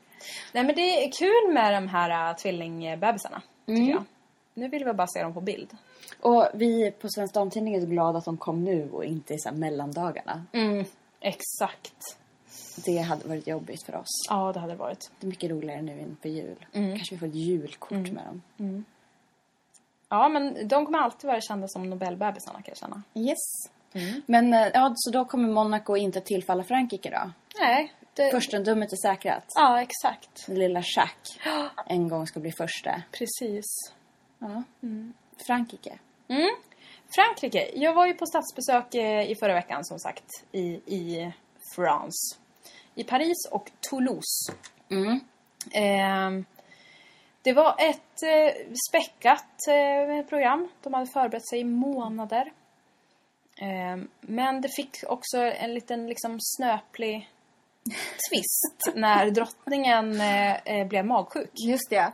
Speaker 1: Nej men det är kul med de här äh, tvillingbebisarna, tycker jag. Nu vill vi bara se dem på bild.
Speaker 2: Och vi på Svensk Damtidning är så glada att de kom nu och inte i så här mellandagarna.
Speaker 1: Mm. Exakt.
Speaker 2: Det hade varit jobbigt för oss.
Speaker 1: Ja, det hade det varit.
Speaker 2: Det är mycket roligare nu inför jul. Kanske vi får ett julkort med dem.
Speaker 1: Ja, men de kommer alltid vara kända som Nobelbebisarna kan jag känna.
Speaker 2: Mm. Yes. Men eh, ja, så då kommer Monaco inte att tillfalla Frankrike då?
Speaker 1: Nej, det...
Speaker 2: Förstendummet är säkrat.
Speaker 1: Ja, exakt.
Speaker 2: Lilla Jacques en gång ska bli första.
Speaker 1: Precis.
Speaker 2: Ja. Frankrike.
Speaker 1: Mm. Frankrike. Jag var ju på statsbesök eh, i förra veckan som sagt i, i France. I Paris och Toulouse.
Speaker 2: Mm.
Speaker 1: Ehm, det var ett eh, späckat eh, program. De hade förberett sig i månader. Ehm, men det fick också en liten liksom snöplig twist när drottningen eh, eh, blev magsjuk.
Speaker 2: Just det.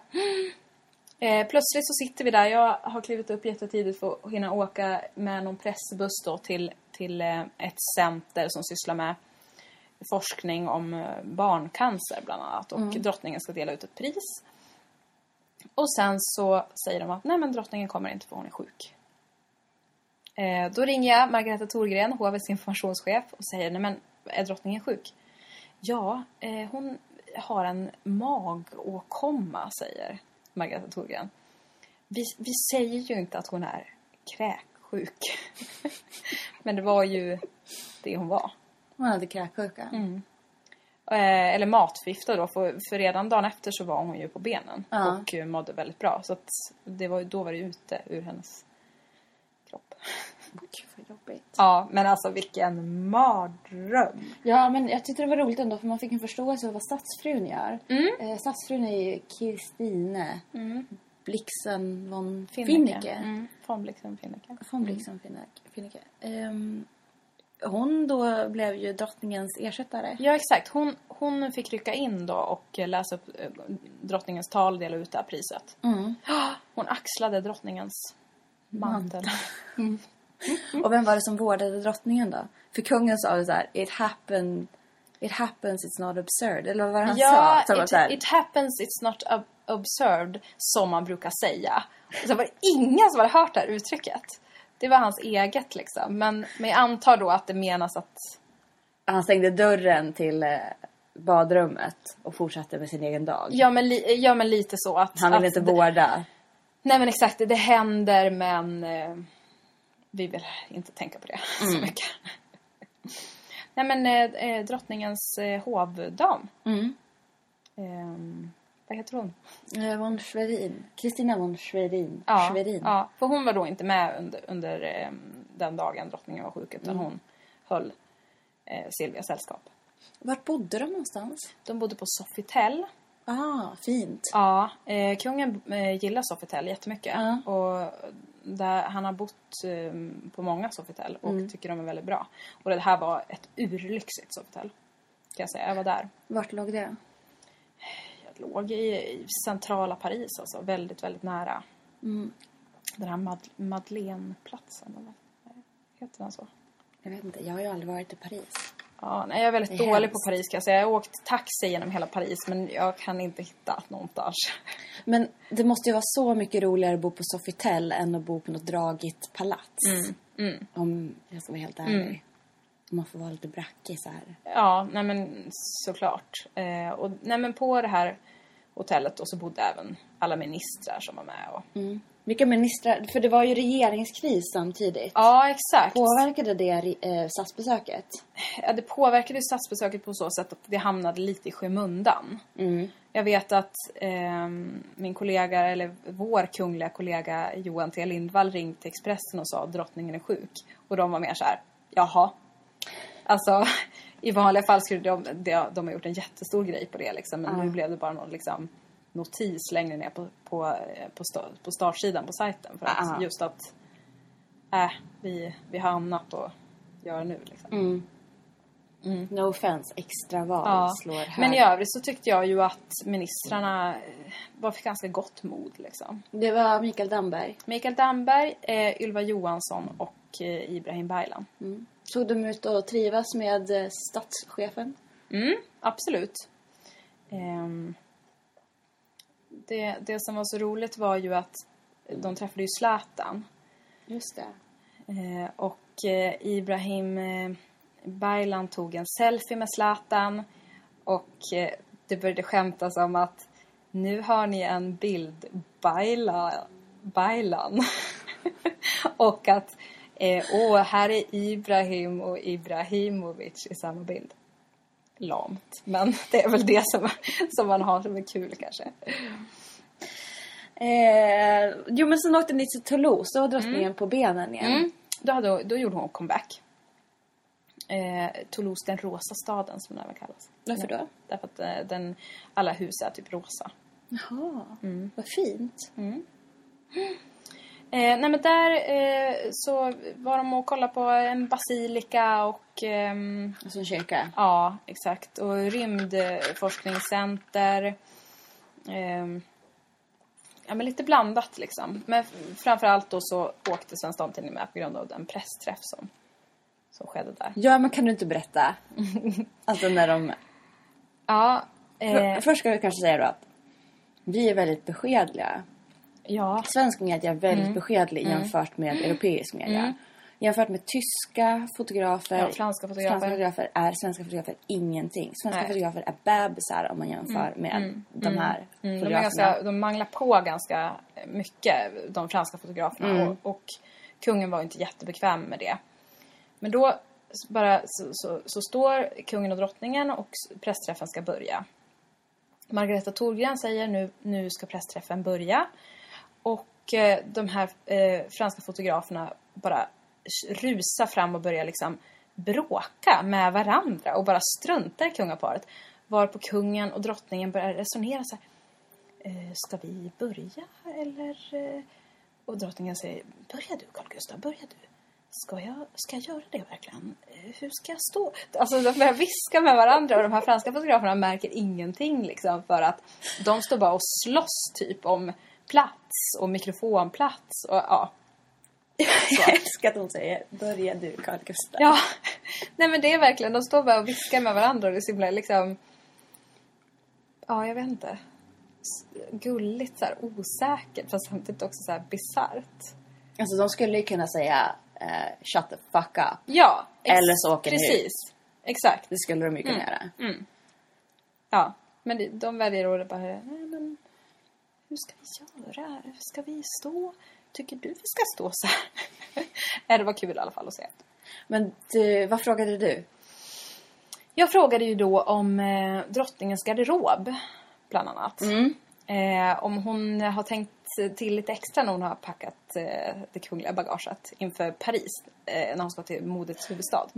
Speaker 1: Eh, plötsligt så sitter vi där. Jag har klivit upp jättetidigt för att hinna åka med någon pressbuss då till, till eh, ett center som sysslar med forskning om eh, barncancer bland annat. Och drottningen ska dela ut ett pris. Och sen så säger de att nej men drottningen kommer inte för hon är sjuk. Eh, då ringer jag Margareta Thorgren, hovets informationschef och säger nej men är drottningen sjuk? Ja, eh, hon har en magåkomma säger Margareta Thorgren. Vi, vi säger ju inte att hon är kräksjuk. men det var ju det hon var.
Speaker 2: Hon hade kräksjuka. Mm.
Speaker 1: Eh, eller matförgiftad då, för, för redan dagen efter så var hon ju på benen
Speaker 2: Ja.
Speaker 1: och eh, mådde väldigt bra. Så att det var, ju- då var det ute ur hennes kropp.
Speaker 2: Gud vad jobbigt.
Speaker 1: Ja, men alltså vilken mardröm.
Speaker 2: Ja, men jag tyckte det var roligt ändå för man fick en förståelse av vad stadsfrun gör. Eh, stadsfrun är ju Kirstine Blixen von Mm. Finnecke. Mm.
Speaker 1: Mm. Från Blixen Finnecke.
Speaker 2: Von Blixen Finne- Finnecke. Ehm, hon då blev ju drottningens ersättare.
Speaker 1: Ja, exakt. Hon, hon fick rycka in då och eh, läsa upp eh, drottningens tal och dela ut det här priset. Ah, Hon axlade drottningens mantel.
Speaker 2: Och vem var det som vårdade drottningen då? För kungen sa ju så här, it happen, it happens, it's not absurd. Eller vad var det han
Speaker 1: Ja,
Speaker 2: sa? Som var
Speaker 1: it,
Speaker 2: så här,
Speaker 1: it happens, it's not ab- observed, som man brukar säga. Och så var det ingen som hade hört det här uttrycket. Det var hans eget liksom. Men, men jag antar då att det menas att...
Speaker 2: Han stängde dörren till eh, badrummet och fortsatte med sin egen dag.
Speaker 1: Ja men, li, ja, men lite så att...
Speaker 2: Han ville
Speaker 1: att
Speaker 2: inte
Speaker 1: det-
Speaker 2: vårda.
Speaker 1: Nej men exakt, det händer men eh, vi vill inte tänka på det så mycket. Nej men eh, eh, drottningens eh, hovdam. Ehm, vad heter hon?
Speaker 2: Eh, Von Schwerin. Kristina von Schwerin.
Speaker 1: Ja,
Speaker 2: Schwerin.
Speaker 1: ja, för hon var då inte med under, under eh, den dagen drottningen var sjuk utan hon höll eh, Silvia sällskap.
Speaker 2: Vart bodde de någonstans?
Speaker 1: De bodde på Sofitel.
Speaker 2: Ah, fint.
Speaker 1: Ja, eh, kungen eh, gillar Sofitel jättemycket.
Speaker 2: Ja.
Speaker 1: Och där, han har bott eh, på många Sofitel och
Speaker 2: Mm.
Speaker 1: tycker de är väldigt bra. Och det här var ett urlyxigt Sofitel. Kan jag säga. Jag var där.
Speaker 2: Vart låg det?
Speaker 1: Jag låg i, i centrala Paris alltså. Väldigt, väldigt nära.
Speaker 2: Mm.
Speaker 1: Den här Mad- Madeleneplatsen. eller vad Heter den så?
Speaker 2: Jag vet inte, jag har ju aldrig varit i Paris.
Speaker 1: Ja, nej, jag är väldigt
Speaker 2: Det är
Speaker 1: dålig
Speaker 2: hemskt.
Speaker 1: på Paris kan jag säga. Jag har åkt taxi genom hela Paris men jag kan inte hitta någonstans.
Speaker 2: Men det måste ju vara så mycket roligare att bo på Sofitel än att bo på något dragigt palats.
Speaker 1: Mm,
Speaker 2: Om jag ska vara helt ärlig. Om man får vara lite brackig så här.
Speaker 1: Ja, nej men såklart. Eh, och, nej men på det här hotellet och så bodde även alla ministrar som var med. Och...
Speaker 2: Vilka ministrar? För det var ju regeringskris samtidigt.
Speaker 1: Ja, exakt.
Speaker 2: Påverkade det eh, statsbesöket?
Speaker 1: Ja, det påverkade ju statsbesöket på så sätt att det hamnade lite i skymundan. Jag vet att ehm, min kollega, eller vår kungliga kollega Johan T Lindvall ringde till Expressen och sa att drottningen är sjuk. Och de var mer så här, jaha. Alltså, i vanliga fall skulle de, de, de ha gjort en jättestor grej på det liksom. Men nu blev det bara någon liksom, notis längre ner på, på, eh, på, sta- på startsidan på sajten. För att
Speaker 2: Ah.
Speaker 1: just att, äh, vi, vi har annat att göra nu liksom.
Speaker 2: No offense, extra val
Speaker 1: Mm. Ja.
Speaker 2: slår högt.
Speaker 1: Men i övrigt så tyckte jag ju att ministrarna eh, var för ganska gott mod. Liksom.
Speaker 2: Det var Mikael Damberg.
Speaker 1: Mikael Damberg, eh, Ylva Johansson och eh, Ibrahim Baylan.
Speaker 2: Tog de ut och trivas med eh, statschefen?
Speaker 1: Mm, absolut. Ehm, det, det som var så roligt var ju att de träffade ju Zlatan.
Speaker 2: Just det.
Speaker 1: Eh, och eh, Ibrahim eh, Baylan tog en selfie med Zlatan och eh, det började skämtas om att nu har ni en bild Bayla, Baylan. och att eh, åh, här är Ibrahim och Ibrahimovic i samma bild. lamt. Men det är väl det som, som man har som är kul kanske.
Speaker 2: Eh, jo men sen åkte ni till Toulouse, då var
Speaker 1: Mm.
Speaker 2: drottningen på benen igen.
Speaker 1: Då, hade, då gjorde hon comeback. Eh, Toulouse, den rosa staden som den även kallas.
Speaker 2: Varför då?
Speaker 1: Ja, Därför att eh, den, alla hus är typ rosa.
Speaker 2: Jaha, Ah,
Speaker 1: Mm.
Speaker 2: vad fint.
Speaker 1: Eh, nej men där eh, så var de och kollade på eh, en basilika och ehm,
Speaker 2: Alltså en kyrka.
Speaker 1: ja exakt och rymdforskningscenter. Ehm, ja men lite blandat liksom. Men f- framförallt då så åkte Svenska Damtidningen med på grund av den pressträff som, som skedde där.
Speaker 2: Ja men kan du inte berätta? alltså när de...
Speaker 1: Ja,
Speaker 2: För,
Speaker 1: eh,
Speaker 2: först ska vi kanske säga då att vi är väldigt beskedliga.
Speaker 1: ja.
Speaker 2: Svensk media är väldigt
Speaker 1: Mm.
Speaker 2: beskedlig jämfört med europeisk media. Jämfört med tyska fotografer,
Speaker 1: Ja, franska fotografer.
Speaker 2: franska fotografer är svenska fotografer ingenting. Svenska
Speaker 1: Nej. Mm.
Speaker 2: fotografer är bebisar om man jämför med de här
Speaker 1: De, är
Speaker 2: fotograferna.
Speaker 1: ganska, de manglar på ganska mycket, de franska fotograferna. Och, och kungen var ju inte jättebekväm med det. Men då s- bara, så, så, så står kungen och drottningen och s- pressträffen ska börja. Margareta Thorgren säger nu, nu ska pressträffen börja. Och eh, de här eh, franska fotograferna bara s- rusar fram och börjar liksom bråka med varandra och bara struntar i kungaparet. Varpå kungen och drottningen börjar resonera så här. Eh, ska vi börja eller? Eh, och drottningen säger, börja du Carl Gustaf, börja du. Ska jag, ska jag göra det verkligen? Eh, hur ska jag stå? Alltså de börjar viska med varandra och de här franska fotograferna märker ingenting liksom för att de står bara och slåss typ om plats och mikrofonplats och ja.
Speaker 2: Jag älskar att hon säger börja du Carl Gustaf.
Speaker 1: Ja, nej men det är verkligen, de står bara och viskar med varandra och det är så himla liksom... Ja, jag vet inte. S- Gulligt, så här, osäkert, fast samtidigt också så här bisarrt.
Speaker 2: Alltså de skulle ju kunna säga eh, shut the fuck up.
Speaker 1: Ja, ex-
Speaker 2: Eller så åker ni
Speaker 1: Precis,
Speaker 2: ut.
Speaker 1: exakt.
Speaker 2: Det skulle de ju
Speaker 1: Mm.
Speaker 2: kunna göra.
Speaker 1: Ja, men det- de väljer att bara... Nej, men hur ska vi göra? Hur ska vi stå? Tycker du vi ska stå så här? Nej, det var kul i alla fall att se.
Speaker 2: Men du, vad frågade du?
Speaker 1: Jag frågade ju då om eh, drottningens garderob, bland annat. Eh, om hon har tänkt till lite extra när hon har packat eh, det kungliga bagaget inför Paris, eh, när hon ska till modets huvudstad.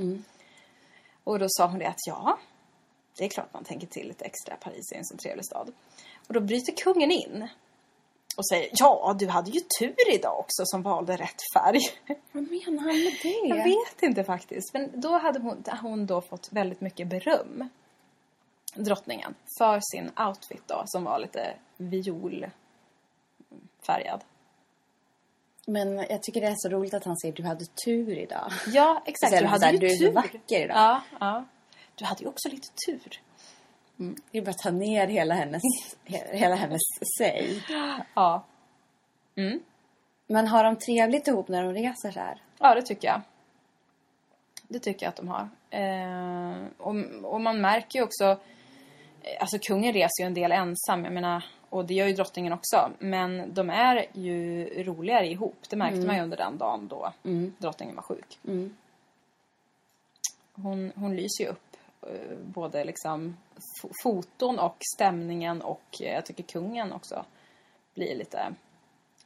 Speaker 1: Och då sa hon det att ja, det är klart man tänker till lite extra. Paris är en så trevlig stad. Och då bryter kungen in och säger ja, du hade ju tur idag också som valde rätt färg.
Speaker 2: Vad menar han med det?
Speaker 1: Jag vet inte faktiskt. Men då hade hon, hon då fått väldigt mycket beröm. Drottningen. För sin outfit då som var lite violfärgad.
Speaker 2: Men jag tycker det är så roligt att han säger du hade tur idag.
Speaker 1: Ja, exakt.
Speaker 2: Istället
Speaker 1: Du hade
Speaker 2: för så här,
Speaker 1: ju
Speaker 2: "Du är så
Speaker 1: tur.
Speaker 2: vacker idag."
Speaker 1: Ja, ja. Du hade ju också lite tur.
Speaker 2: Det är bara att ta ner hela hennes, he- hela hennes säg.
Speaker 1: Ja,
Speaker 2: Men har de trevligt ihop när de reser så här?
Speaker 1: Ja, det tycker jag. Det tycker jag att de har. Eh, och, och man märker ju också... eh, Alltså kungen reser ju en del ensam, jag menar, och det gör ju drottningen också. Men de är ju roligare ihop. Det märkte man ju under den dagen då drottningen var sjuk. Hon, hon lyser ju upp eh, både liksom fo- foton och stämningen och eh, jag tycker kungen också blir lite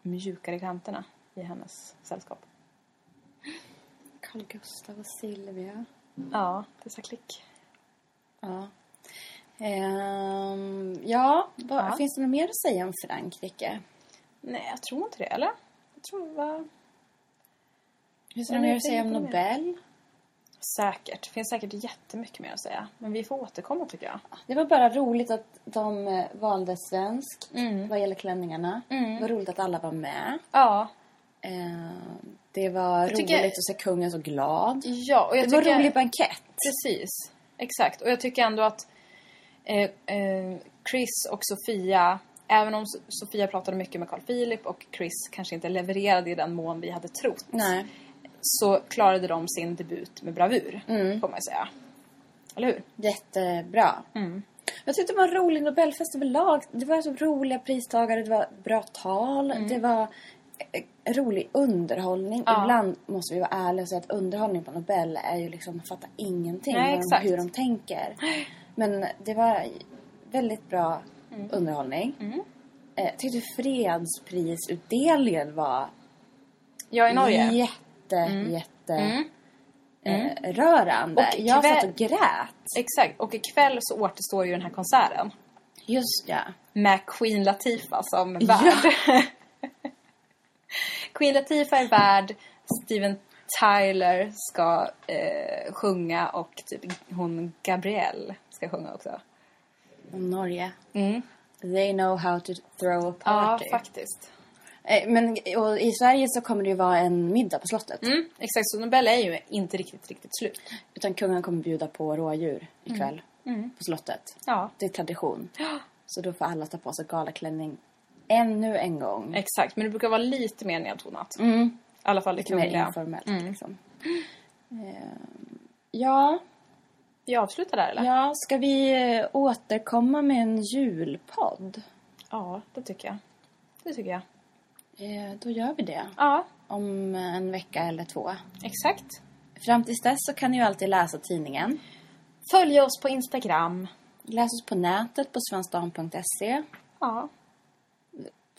Speaker 1: mjukare i kanterna i hennes sällskap.
Speaker 2: Carl Gustav och Silvia.
Speaker 1: Ja, det sa klick.
Speaker 2: Ja. Ehm, ja, vad,
Speaker 1: Ja.
Speaker 2: finns det något mer att säga om Frankrike?
Speaker 1: Nej, jag tror inte det, eller? Jag tror det var...
Speaker 2: Finns det
Speaker 1: Nej,
Speaker 2: något mer
Speaker 1: jag
Speaker 2: att säga om
Speaker 1: tänker på det.
Speaker 2: Nobel?
Speaker 1: Säkert. Det finns säkert jättemycket mer att säga. Men vi får återkomma, tycker jag.
Speaker 2: Det var bara roligt att de eh, valde svenskt vad gäller klänningarna. Det var roligt att alla var med.
Speaker 1: Ja.
Speaker 2: Ehm, det var roligt
Speaker 1: tycker-
Speaker 2: att se kungen så glad.
Speaker 1: Ja, och jag
Speaker 2: det var
Speaker 1: tycker...
Speaker 2: rolig bankett.
Speaker 1: Precis. Exakt. Och jag tycker ändå att eh, eh, Chris och Sofia, även om So- Sofia pratade mycket med Carl Philip och Chris kanske inte levererade i den mån vi hade trott,
Speaker 2: Nej.
Speaker 1: så klarade de sin debut med bravur, får man ju säga. Eller hur?
Speaker 2: Jättebra.
Speaker 1: Mm.
Speaker 2: Jag tyckte det var en rolig Nobelfest överlag. Det var så roliga pristagare, det var bra tal,
Speaker 1: Mm.
Speaker 2: det var eh, rolig underhållning. Ibland måste vi vara ärliga och säga att underhållning på Nobel är ju liksom, man fattar ingenting
Speaker 1: Nej,
Speaker 2: vad de-
Speaker 1: exakt.
Speaker 2: hur de tänker. Men det var väldigt bra
Speaker 1: Mm.
Speaker 2: underhållning. Eh, Jag tyckte fredsprisutdelningen var
Speaker 1: Jag i Norge. Mm.
Speaker 2: jätte, jätte Eh, rörande.
Speaker 1: Och
Speaker 2: Jag
Speaker 1: kväll-
Speaker 2: satt och grät.
Speaker 1: Exakt. Och ikväll så återstår ju den här konserten.
Speaker 2: Just det.
Speaker 1: Med Queen Latifah som värd. Queen Latifah är värd. Steven Tyler ska eh, sjunga och typ hon Gabrielle ska sjunga också.
Speaker 2: Norge. They know how to throw a
Speaker 1: Mm. Ja,
Speaker 2: party.
Speaker 1: faktiskt.
Speaker 2: Eh, Men och i Sverige så kommer det ju vara en middag på slottet.
Speaker 1: Mm, exakt, så Nobel är ju inte riktigt, riktigt slut.
Speaker 2: Utan kungen kommer bjuda på rådjur ikväll på slottet.
Speaker 1: Mm. Ja.
Speaker 2: Det är tradition. Så då får alla ta på sig galaklänning ännu en gång.
Speaker 1: Exakt, men det brukar vara lite mer nedtonat. Mm. I alla fall det
Speaker 2: Lite mer
Speaker 1: kungliga.
Speaker 2: informellt liksom. Eh, Ja,
Speaker 1: Vi avslutar där eller?
Speaker 2: ja, ska vi eh, återkomma med en julpodd?
Speaker 1: ja, det tycker jag. Det tycker jag.
Speaker 2: Eh, Då gör vi det.
Speaker 1: Ja,
Speaker 2: Om en vecka eller två.
Speaker 1: exakt.
Speaker 2: Fram tills dess så kan ni ju alltid läsa tidningen.
Speaker 1: Följ oss på Instagram.
Speaker 2: Läs oss på nätet på svenskdam.se.
Speaker 1: Ja,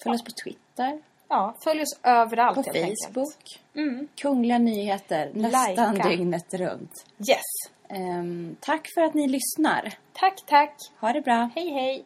Speaker 2: Följ oss på Twitter.
Speaker 1: ja följ oss överallt
Speaker 2: På
Speaker 1: helt enkelt. Mm.
Speaker 2: Facebook. Kungliga nyheter nästan
Speaker 1: Lajka.
Speaker 2: dygnet runt.
Speaker 1: Yes.
Speaker 2: Ehm, tack för att ni lyssnar.
Speaker 1: Tack, tack.
Speaker 2: Ha det bra.
Speaker 1: Hej, hej.